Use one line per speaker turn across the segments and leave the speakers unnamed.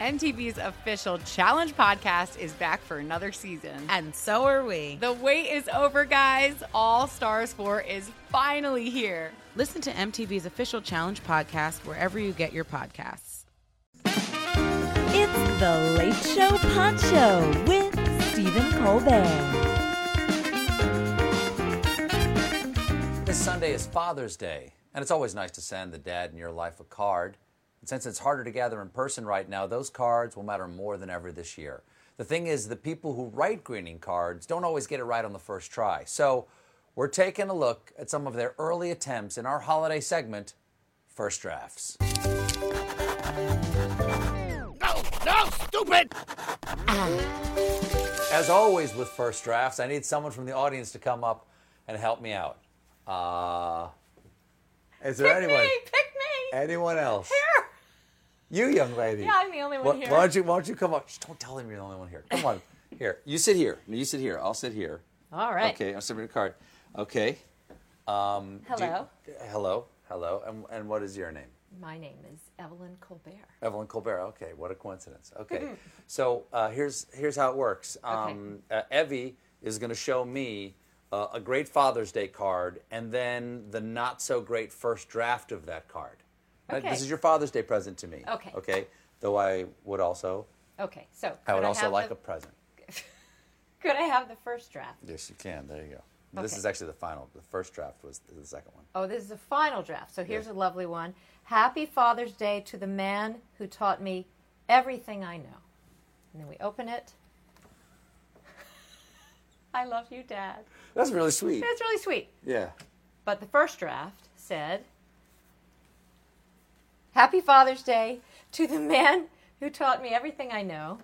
MTV's official challenge podcast is back for another season.
And so are we.
The wait is over, guys. All Stars 4 is finally here.
Listen to MTV's official challenge podcast wherever you get your podcasts.
It's the Late Show Poncho with Stephen Colbert.
This Sunday is Father's Day, and it's always nice to send the dad in your life a card since it's harder to gather in person right now, those cards will matter more than ever this year. The thing is, the people who write greeting cards don't always get it right on the first try. So we're taking a look at some of their early attempts in our holiday segment, First Drafts.
No, no, stupid!
As always with First Drafts, I need someone from the audience to come up and help me out. Uh, is there
pick
anyone?
Me, pick me!
Anyone else?
Here!
You, young lady.
Yeah, I'm the only one
why,
here.
Why don't you, why don't you come up? Shh, don't tell him you're the only one here. Come on. Here. You sit here. You sit here. I'll sit here.
All right.
Okay, I'll sit your card. Okay. Um, do
Hello.
you- hello. Hello. And, and what is your name?
My name is Evelyn Colbert. Mm-hmm.
Evelyn Colbert. Okay, what a coincidence. Okay, so uh, here's here's how it works. Um, uh, Evie is going to show me uh, a great Father's Day card, and then the not so great first draft of that card. Uh,
Okay.
This is your Father's Day present to me.
Okay.
Okay. Though I would also,
Okay, so.
I would
could
also
have
like
the,
a present.
Could I have the first draft?
Yes, you can. There you go. This
Okay.
is actually the final. The first draft was the second one.
Oh, this is a final draft. So here's a lovely one. Happy Father's Day to the man who taught me everything I know. And then we open it. I love you, Dad.
That's really sweet.
That's really sweet.
Yeah.
But the first draft said, Happy Father's Day to the man who taught me everything I know.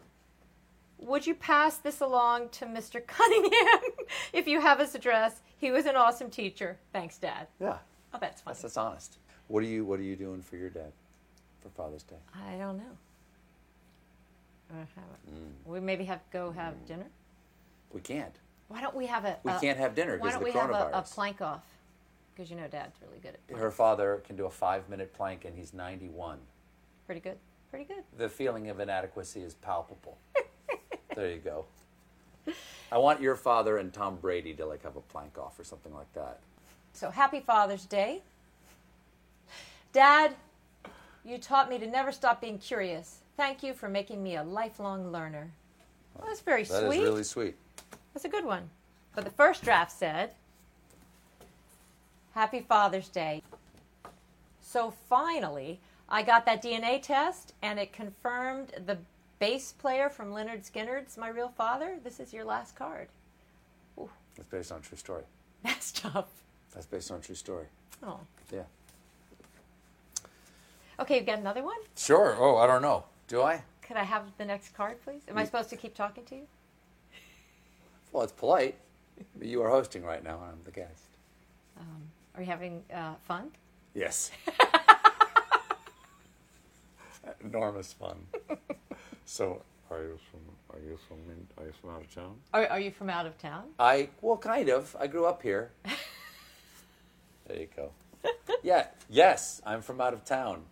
Would you pass this along to Mr. Cunningham if you have his address? He was an awesome teacher. Thanks, Dad.
Yeah.
Oh, that's funny.
That's, that's honest. What are you What are you doing for your dad for Father's Day?
I don't know. I don't have it.
Mm.
We maybe have go have dinner.
We can't.
Why don't we have a?
Mm. We
a-
can't have dinner
Why
'cause
don't
of
we
the
have a, a
coronavirus.
plank off? Because you know Dad's really good at plank.
her father can do a five minute plank and he's 91.
pretty good, pretty good.
The feeling of inadequacy is palpable. there you go. I want your father and Tom Brady to like have a plank off or something like that.
So happy Father's Day. Dad, you taught me to never stop being curious. Thank you for making me a lifelong learner. Well, that's very
That is
sweet.
really sweet.
That's a good one. But the first draft said, Happy Father's Day. So finally, I got that DNA test and it confirmed the bass player from Leonard Skinner's My Real Father. This is your last card.
That's based on a true story.
That's tough.
That's based on a true story.
Oh.
Yeah.
Okay, you've got another one?
Sure. Oh, I don't know. Do I?
Could I have the next card, please? Am I supposed to keep talking to you?
Well, it's polite. But you are hosting right now, and I'm the guest.
Are you having uh, fun?
Yes. Enormous fun. so,
Are you from? Are you from? in- Are you from out of town?
Are, are you from out of town?
I well, kind of. I grew up here. there you go. Yeah. Yes, I'm from out of town.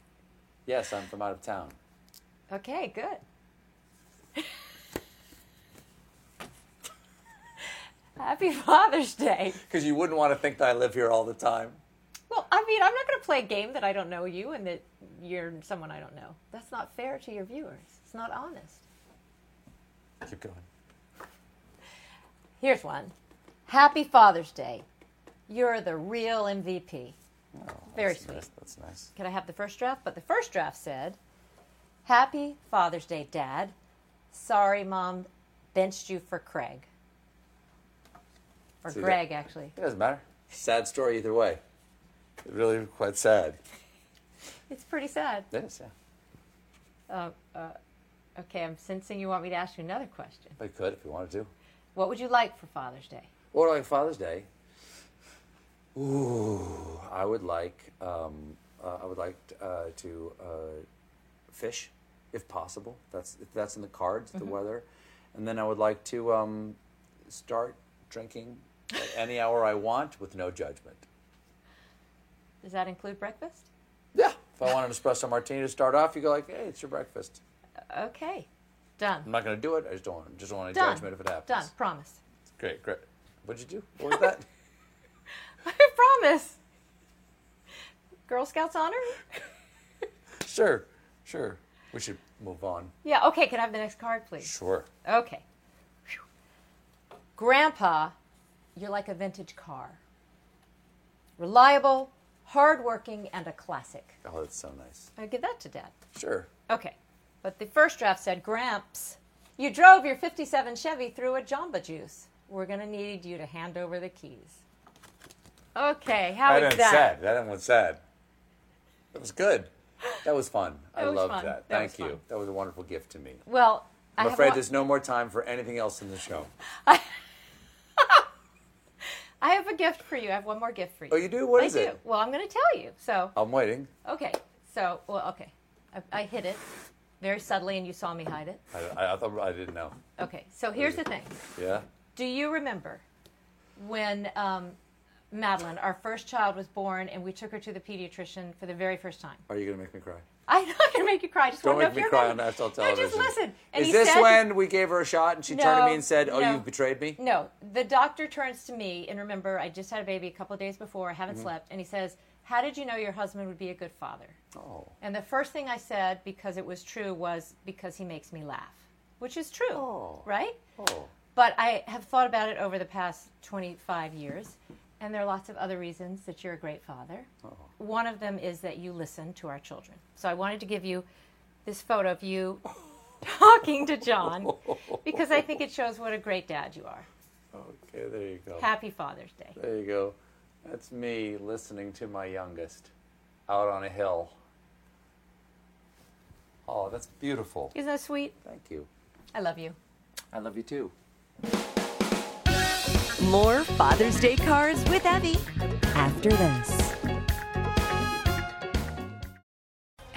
Yes, I'm from out of town.
Okay, good. Happy Father's Day.
Because you wouldn't want to think that I live here all the time.
Well, I mean, I'm not going to play a game that I don't know you and that you're someone I don't know. That's not fair to your viewers. It's not honest.
Keep going.
Here's one. Happy Father's Day. You're the real MVP. Very
That's
sweet.
nice. That's nice.
Could I have the first draft? But the first draft said, Happy Father's Day, Dad. Sorry, Mom benched you for Craig. Or
See, that-
Greg, actually.
It doesn't matter. Sad story either way. Really quite sad.
It's pretty sad.
Yes. Yeah.
Okay, I'm sensing you want me to ask you another question.
I could if you wanted to.
What would you like for Father's Day?
Or like Father's Day. Ooh, I would like um, uh, I would like uh, to uh, fish, if possible. That's if that's in the cards. The weather, and then I would like to um, start drinking at any hour I want with no judgment.
Does that include breakfast?
Yeah. If I want an espresso martini to start off, you go like, hey, it's your breakfast.
Okay, done.
I'm not going to do it. I just don't want, just don't want any
Done.
judgment if Mm, it happens.
Done. Promise.
Great, great. What'd you do? What was that?
I promise. Girl Scouts honor?
sure, sure. We should move on.
Yeah, okay, can I have the next card, please?
Sure.
Okay. Phew. Grandpa, you're like a vintage car. Reliable, hardworking, and a classic.
Oh, that's so nice.
I give that to Dad.
Sure.
Okay. But the first draft said, Gramps, you drove your 57 Chevy through a Jamba Juice. We're going to need you to hand over the keys. Okay, how is
ended
that?
sad. That ended sad. That was good. That was fun. I
That was
loved
fun.
that.
That
Thank
was
you.
fun.
That was a wonderful gift to me.
Well, I
I'm
have
afraid
one-
there's no more time for anything else in the show.
I have a gift for you. I have one more gift for you.
Oh, you do? What
I
is
do.
it?
Well, I'm going to tell you. So,
I'm waiting.
okay. So, well, okay. I, I hid it very subtly, and you saw me hide it.
I, I, I thought I didn't know.
Okay. So here's the thing.
Yeah.
Do you remember when um, Madeline, our first child, was born, and we took her to the pediatrician for the very first time?
Are you gonna make me cry?
I'm not going to make you cry. I just
Don't
want to know
make
if
me
Oh, you're
cry
gonna-
on national
No,
television.
just listen. And
is
he
this
said,
when we gave her a shot and she turned to me
No,
and said, "Oh,
no.
you betrayed me"?
No, the doctor turns to me, and remember, I just had a baby a couple of days before. I haven't
Mm-hmm.
slept, and he says, "How did you know your husband would be a good father?"
Oh.
And the first thing I said, because it was true, was because he makes me laugh, which is true, right?
Oh.
But I have thought about it over the past 25 years, and there are lots of other reasons that you're a great father.
Oh.
One of them is that you listen to our children. So I wanted to give you this photo of you talking to John because I think it shows what a great dad you are.
Oh, Okay, there you go.
Happy Father's Day.
There you go. That's me listening to my youngest out on a hill. Oh, that's beautiful.
Isn't that sweet?
Thank you.
I love you.
I love you too.
More Father's Day cards with Abby after this.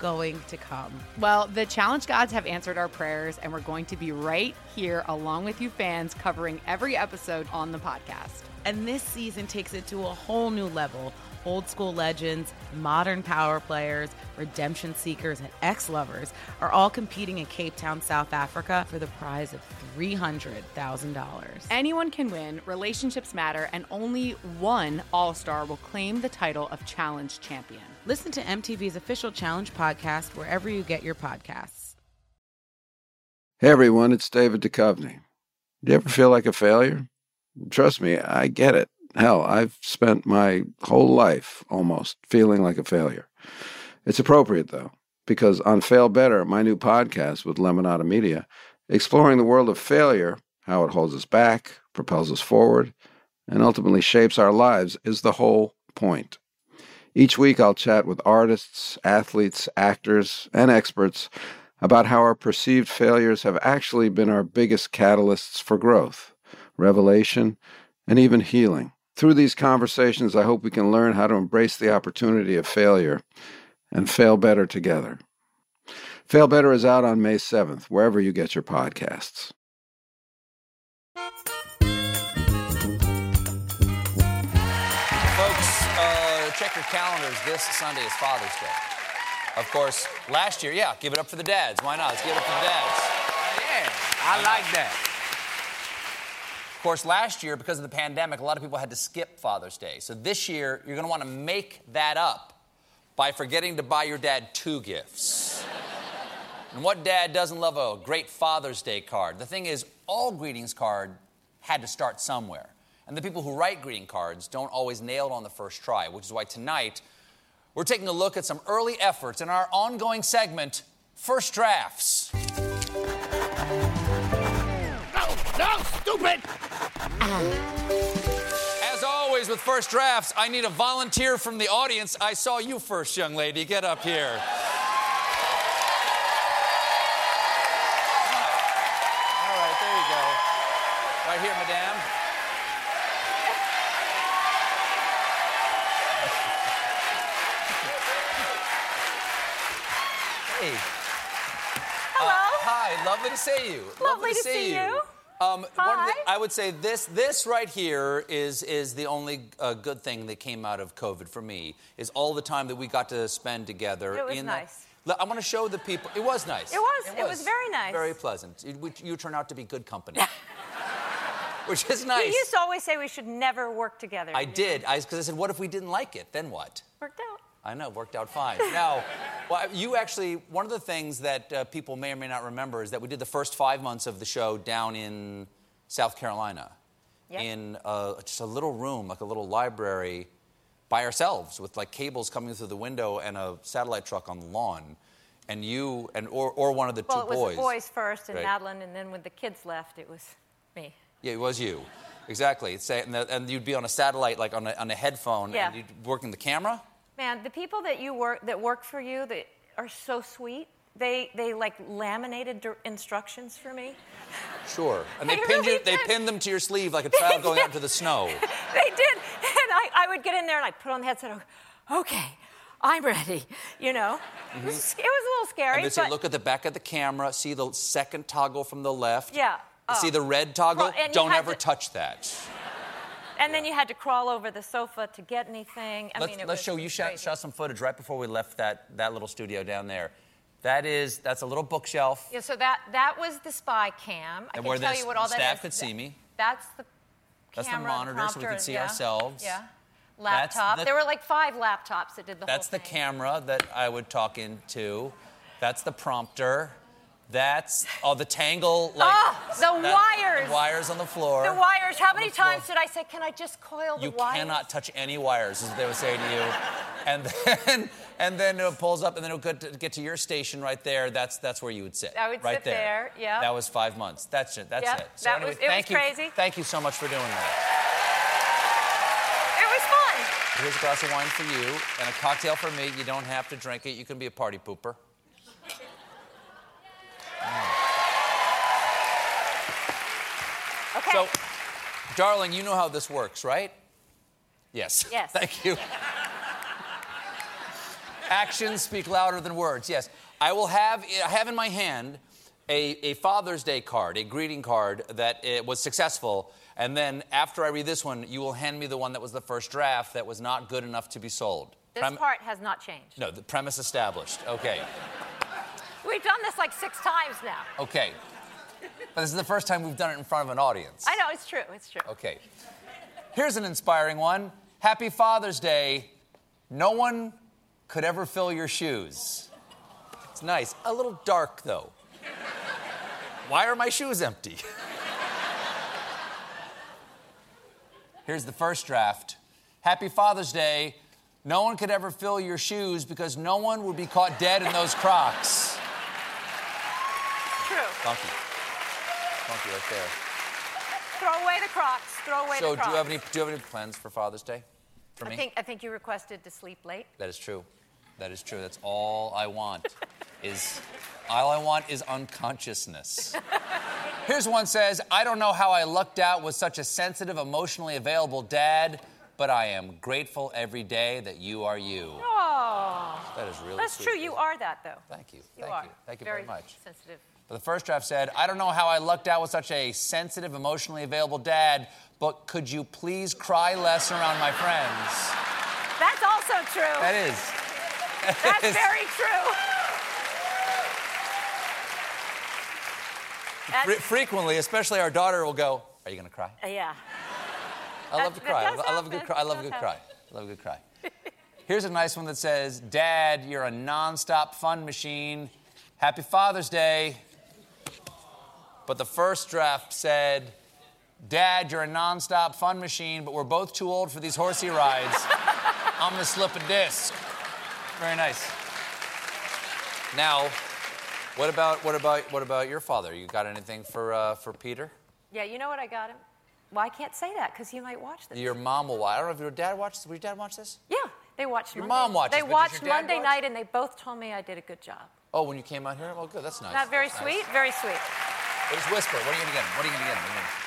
going to come.
Well, the challenge gods have answered our prayers, and we're going to be right here along with you fans covering every episode on the podcast.
And this season takes it to a whole new level. Old school legends, modern power players, redemption seekers, and ex lovers are all competing in Cape Town, South Africa for the prize of $300,000.
Anyone can win, relationships matter, and only one All Star will claim the title of challenge champion.
Listen to MTV's official challenge podcast wherever you get your podcasts.
Hey everyone, it's David Duchovny. Do you ever feel like a failure? Trust me, I get it. Hell, I've spent my whole life almost feeling like a failure. It's appropriate though, because on Fail Better, my new podcast with Lemonada Media, exploring the world of failure, how it holds us back, propels us forward, and ultimately shapes our lives is the whole point. Each week, I'll chat with artists, athletes, actors, and experts about how our perceived failures have actually been our biggest catalysts for growth, revelation, and even healing. Through these conversations, I hope we can learn how to embrace the opportunity of failure and fail better together. Fail Better is out on May 7th, wherever you get your podcasts.
Folks, uh, check your calendars. This Sunday is Father's Day. Of course, last year, yeah, give it up for the dads. Why not? Let's give it up for the dads. Yeah, I like that. Of course, last year, because of the pandemic, a lot of people had to skip Father's Day. So this year, you're going to want to make that up by forgetting to buy your dad two gifts. And what dad doesn't love a great Father's Day card? The thing is, all greetings card had to start somewhere. And the people who write greeting cards don't always nail it on the first try, which is why tonight we're taking a look at some early efforts in our ongoing segment, First Drafts.
No, no, stupid!
As always with First Drafts, I need a volunteer from the audience. I saw you first, young lady. Get up here. All right, there you go. Right here, madame. hey. Hello. Uh, hi, lovely to see you.
Lovely to see you.
Um, one of the-
Hi.
I would say this this right here is is the only uh, good thing that came out of COVID for me is all the time that we got to spend together.
It was
in
nice.
The, I want to show the people. It was nice.
It was. It was very nice.
Very pleasant. It- which you turn out to be good company, which is nice.
You used to always say we should never work together.
I did. I because I said, what if we didn't like it? Then what?
Worked out.
I know, worked out fine. now, well, you actually, one of the things that uh, people may or may not remember is that we did the first five months of the show down in South Carolina
Yep.
in uh, just a little room, like a little library by ourselves with like cables coming through the window and a satellite truck on the lawn. And you, and or, or one of the
Well,
two
it was
boys.
the boys first and
Right.
Madeline, and then when the kids left, it was me.
Yeah, it was you. Exactly. It's a- and, the, and you'd be on a satellite, like on a, on a headphone,
Yeah.
and you'd be working the camera.
Man, the people that you work that work for you that are so sweet. They they like laminated dir- instructions for me.
Sure. And they
I
pinned you,
really
they
did.
pinned them to your sleeve like a child going out into the snow.
they did, and I, I would get in there and I put on the headset. and go, Okay, I'm ready. You know, it, was, it was a little scary.
Mm-hmm. And they say,
but-
look at the back of the camera, see the second toggle from the left.
Yeah.
See
Oh.
the red toggle?
Well, and you
Don't
had
ever
to-
touch that.
and then you had to crawl over the sofa to get anything. I
let's
mean, it
let's
was
show you shot,
crazy.
shot some footage right before we left that, that little studio down there. That is, that's a little bookshelf.
Yeah, so that that was the spy cam. I
And
can
where
tell
the
you what all that
staff
is.
could see me.
That's the
That's the
camera,
monitor, so we
prompter,
could see
yeah,
ourselves.
Yeah.
That's
Laptop.
the-
there were like five laptops that did the
That's
whole
the
thing.
camera that I would talk into. That's the prompter. That's all the tangle, like
Oh, the
that-
wires.
The wires on the floor.
The wires. How many
the floor.
times did I say, "Can I just coil the
You
wires?"
cannot touch any wires, is what they would say to you. And then, and then it pulls up, and then it'll get to, get to your station right there. That's that's where you would sit.
I would
right
sit there, yeah.
That was five months. That's it. That's
Yep,
it.
that was- it was
thank you,
crazy.
Thank you so much for doing that.
It was fun.
Here's a glass of wine for you and a cocktail for me. You don't have to drink it. You can be a party pooper.
Okay.
So, darling, you know how this works, right? Yes.
Yes.
Thank you. Actions speak louder than words. Yes. I will have I have in my hand a, a Father's Day card, a greeting card that uh, was successful. And then after I read this one, you will hand me the one that was the first draft that was not good enough to be sold.
this
Prem-
part has not changed.
no, the premise established. Okay.
We've done this like six times now.
Okay. But this is the first time we've done it in front of an audience.
I know it's true. It's true.
Okay. Here's an inspiring one. Happy Father's Day. No one could ever fill your shoes. It's nice. A little dark, though. Why are my shoes empty? Here's the first draft. Happy Father's Day. No one could ever fill your shoes because no one would be caught dead in those crocs.
True.
Funky. Funky right there.
Throw away the Crocs. Throw away
So,
the
do
Crocs.
you have any do you have any plans for Father's Day? For
I
me?
think I think you requested to sleep late.
That is true. That is true. That's all I want is all I want is unconsciousness. Here's one says, I don't know how I lucked out with such a sensitive, emotionally available dad, but I am grateful every day that you are you.
Oh,
That is really
that's
sweet.
true. You are that though.
Thank you.
You
Thank
are.
you. Thank you
very,
very, much.
Sensitive.
But the first draft said, I don't know how I lucked out with such a sensitive, emotionally available dad, but could you please cry less around my friends?
That's also true.
That is. that
That's
is-
very true. That's,
Fre- frequently, especially our daughter will go, "Are you going to cry?"
yeah.
I love to
That-
cry. I
that
love,
does
I love a good
happen.
cry. I love a
That
good
does
cry. I love a good cry. Here's a nice one that says, "Dad, you're a nonstop fun machine. Happy Father's Day. But the first draft said, Dad, you're a nonstop fun machine, but we're both too old for these horsey rides. I'm gonna slip a disc. Very nice. Now, what about what about what about your father? You got anything for uh, for Peter?
Yeah, you know what I got him? Well, I can't say that because he might watch this.
Your mom will watch. I don't know if your dad watched. Will your dad watch this?
yeah, they watched
Your
Monday.
mom watches,
They
but does
watched
your dad
Monday
watch?
night and they both told me I did a good job.
Oh, when you came out here. Well, good. That's nice.
Not very
That's
sweet,
Nice.
very sweet.
But it's whisper. What are you gonna get him? What are you gonna get him? What are you gonna get him?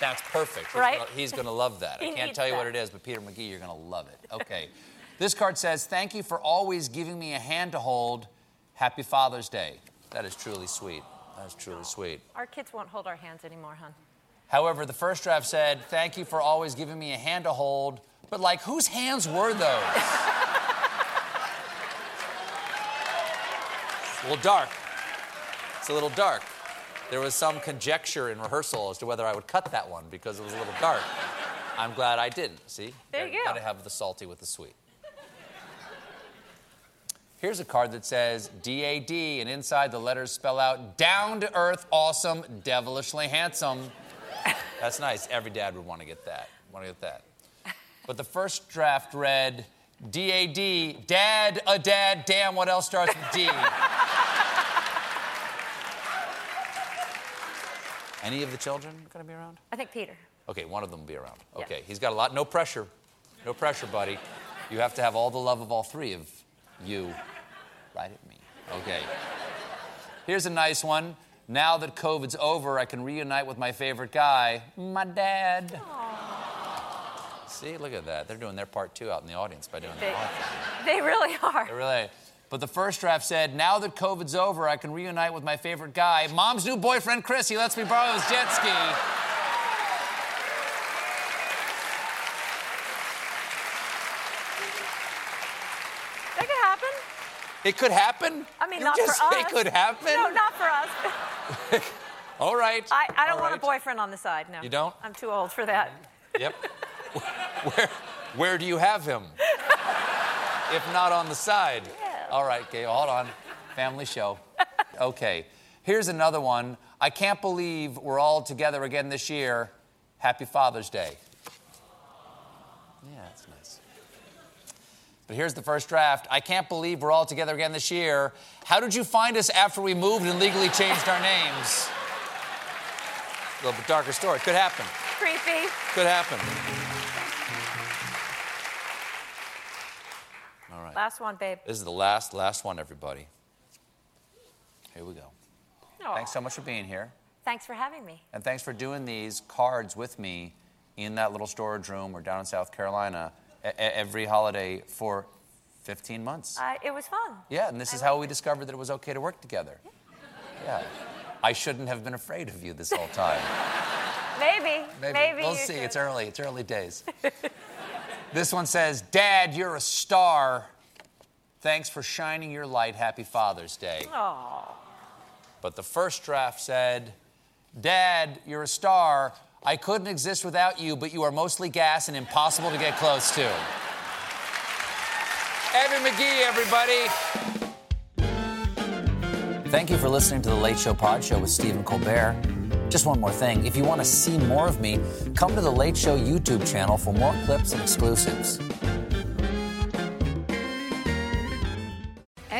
That's perfect. He's
Right?
Gonna, he's gonna love that. I
He
can't
needs
tell you what
that.
it is, but Peter McGee, you're gonna love it. Okay. this card says, "Thank you for always giving me a hand to hold. Happy Father's Day." That is truly sweet. That is truly sweet.
Our kids won't hold our hands anymore, hon.
However, the first draft said, Thank you for always giving me a hand to hold. But, like, whose hands were those? it's a little dark. It's a little dark. There was some conjecture in rehearsal as to whether I would cut that one because it was a little dark. I'm glad I didn't. See?
There you go.
Gotta have the salty with the sweet. Here's a card that says DAD, and inside the letters spell out down to earth, awesome, devilishly handsome. That's nice. Every dad would want to get that. Want to get that. But the first draft read DAD, dad, a dad, damn, what else starts with D? Any of the children going to be around?
I think Peter.
Okay, one of them will be around.
Yeah.
Okay, he's got a lot. No pressure. No pressure, buddy. You have to have all the love of all three of you right at me. Okay. Here's a nice one. Now that COVID's over, I can reunite with my favorite guy, my dad. See, look at that. They're doing their part too out in the audience by doing
They-
that. Awesome.
They really
I
are.
really. But the first draft said, now that COVID's over, I can reunite with my favorite guy, mom's new boyfriend Chris. He lets me borrow his jet ski.
That could happen.
It could happen.
I mean,
You
not
just
for us.
say It could happen.
No, not for us.
All right.
I, I don't
All
want a
right.
boyfriend on the side, no.
You don't?
I'm too old for that.
Yep. Where, where do you have him? if not on the side. All right, okay, hold on. Family show. Okay, here's another one. I can't believe we're all together again this year. Happy Father's Day. Yeah, that's nice. But here's the first draft. I can't believe we're all together again this year. How did you find us after we moved and legally changed our names? A little bit darker story. Could happen.
Creepy.
Could happen. All right.
Last one, babe.
This is the last, last one, everybody. Here we go.
Aw.
Thanks so much for being here.
Thanks for having me.
And thanks for doing these cards with me in that little storage room or down in South Carolina e- e- every holiday for 15 months.
Uh, it was fun.
Yeah, and this is how we discovered that it was okay to work together. Yeah. I shouldn't have been afraid of you this whole time.
Maybe. Maybe.
We'll
you
see.
should.
It's early. It's early days. this one says, Dad, you're a star. Thanks for shining your light. Happy Father's Day.
Aw.
But the first draft said, Dad, you're a star. I couldn't exist without you, but you are mostly gas and impossible to get close to. Evan McGee, everybody. Thank you for listening to the Late Show Pod Show with Stephen Colbert. Just one more thing. If you want to see more of me, come to the Late Show YouTube channel for more clips and exclusives.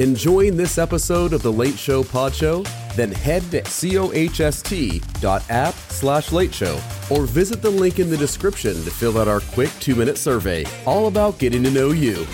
Enjoying this episode of the Late Show Pod Show? Then head to cohst.app slash late show or visit the link in the description to fill out our quick two minute survey all about getting to know you.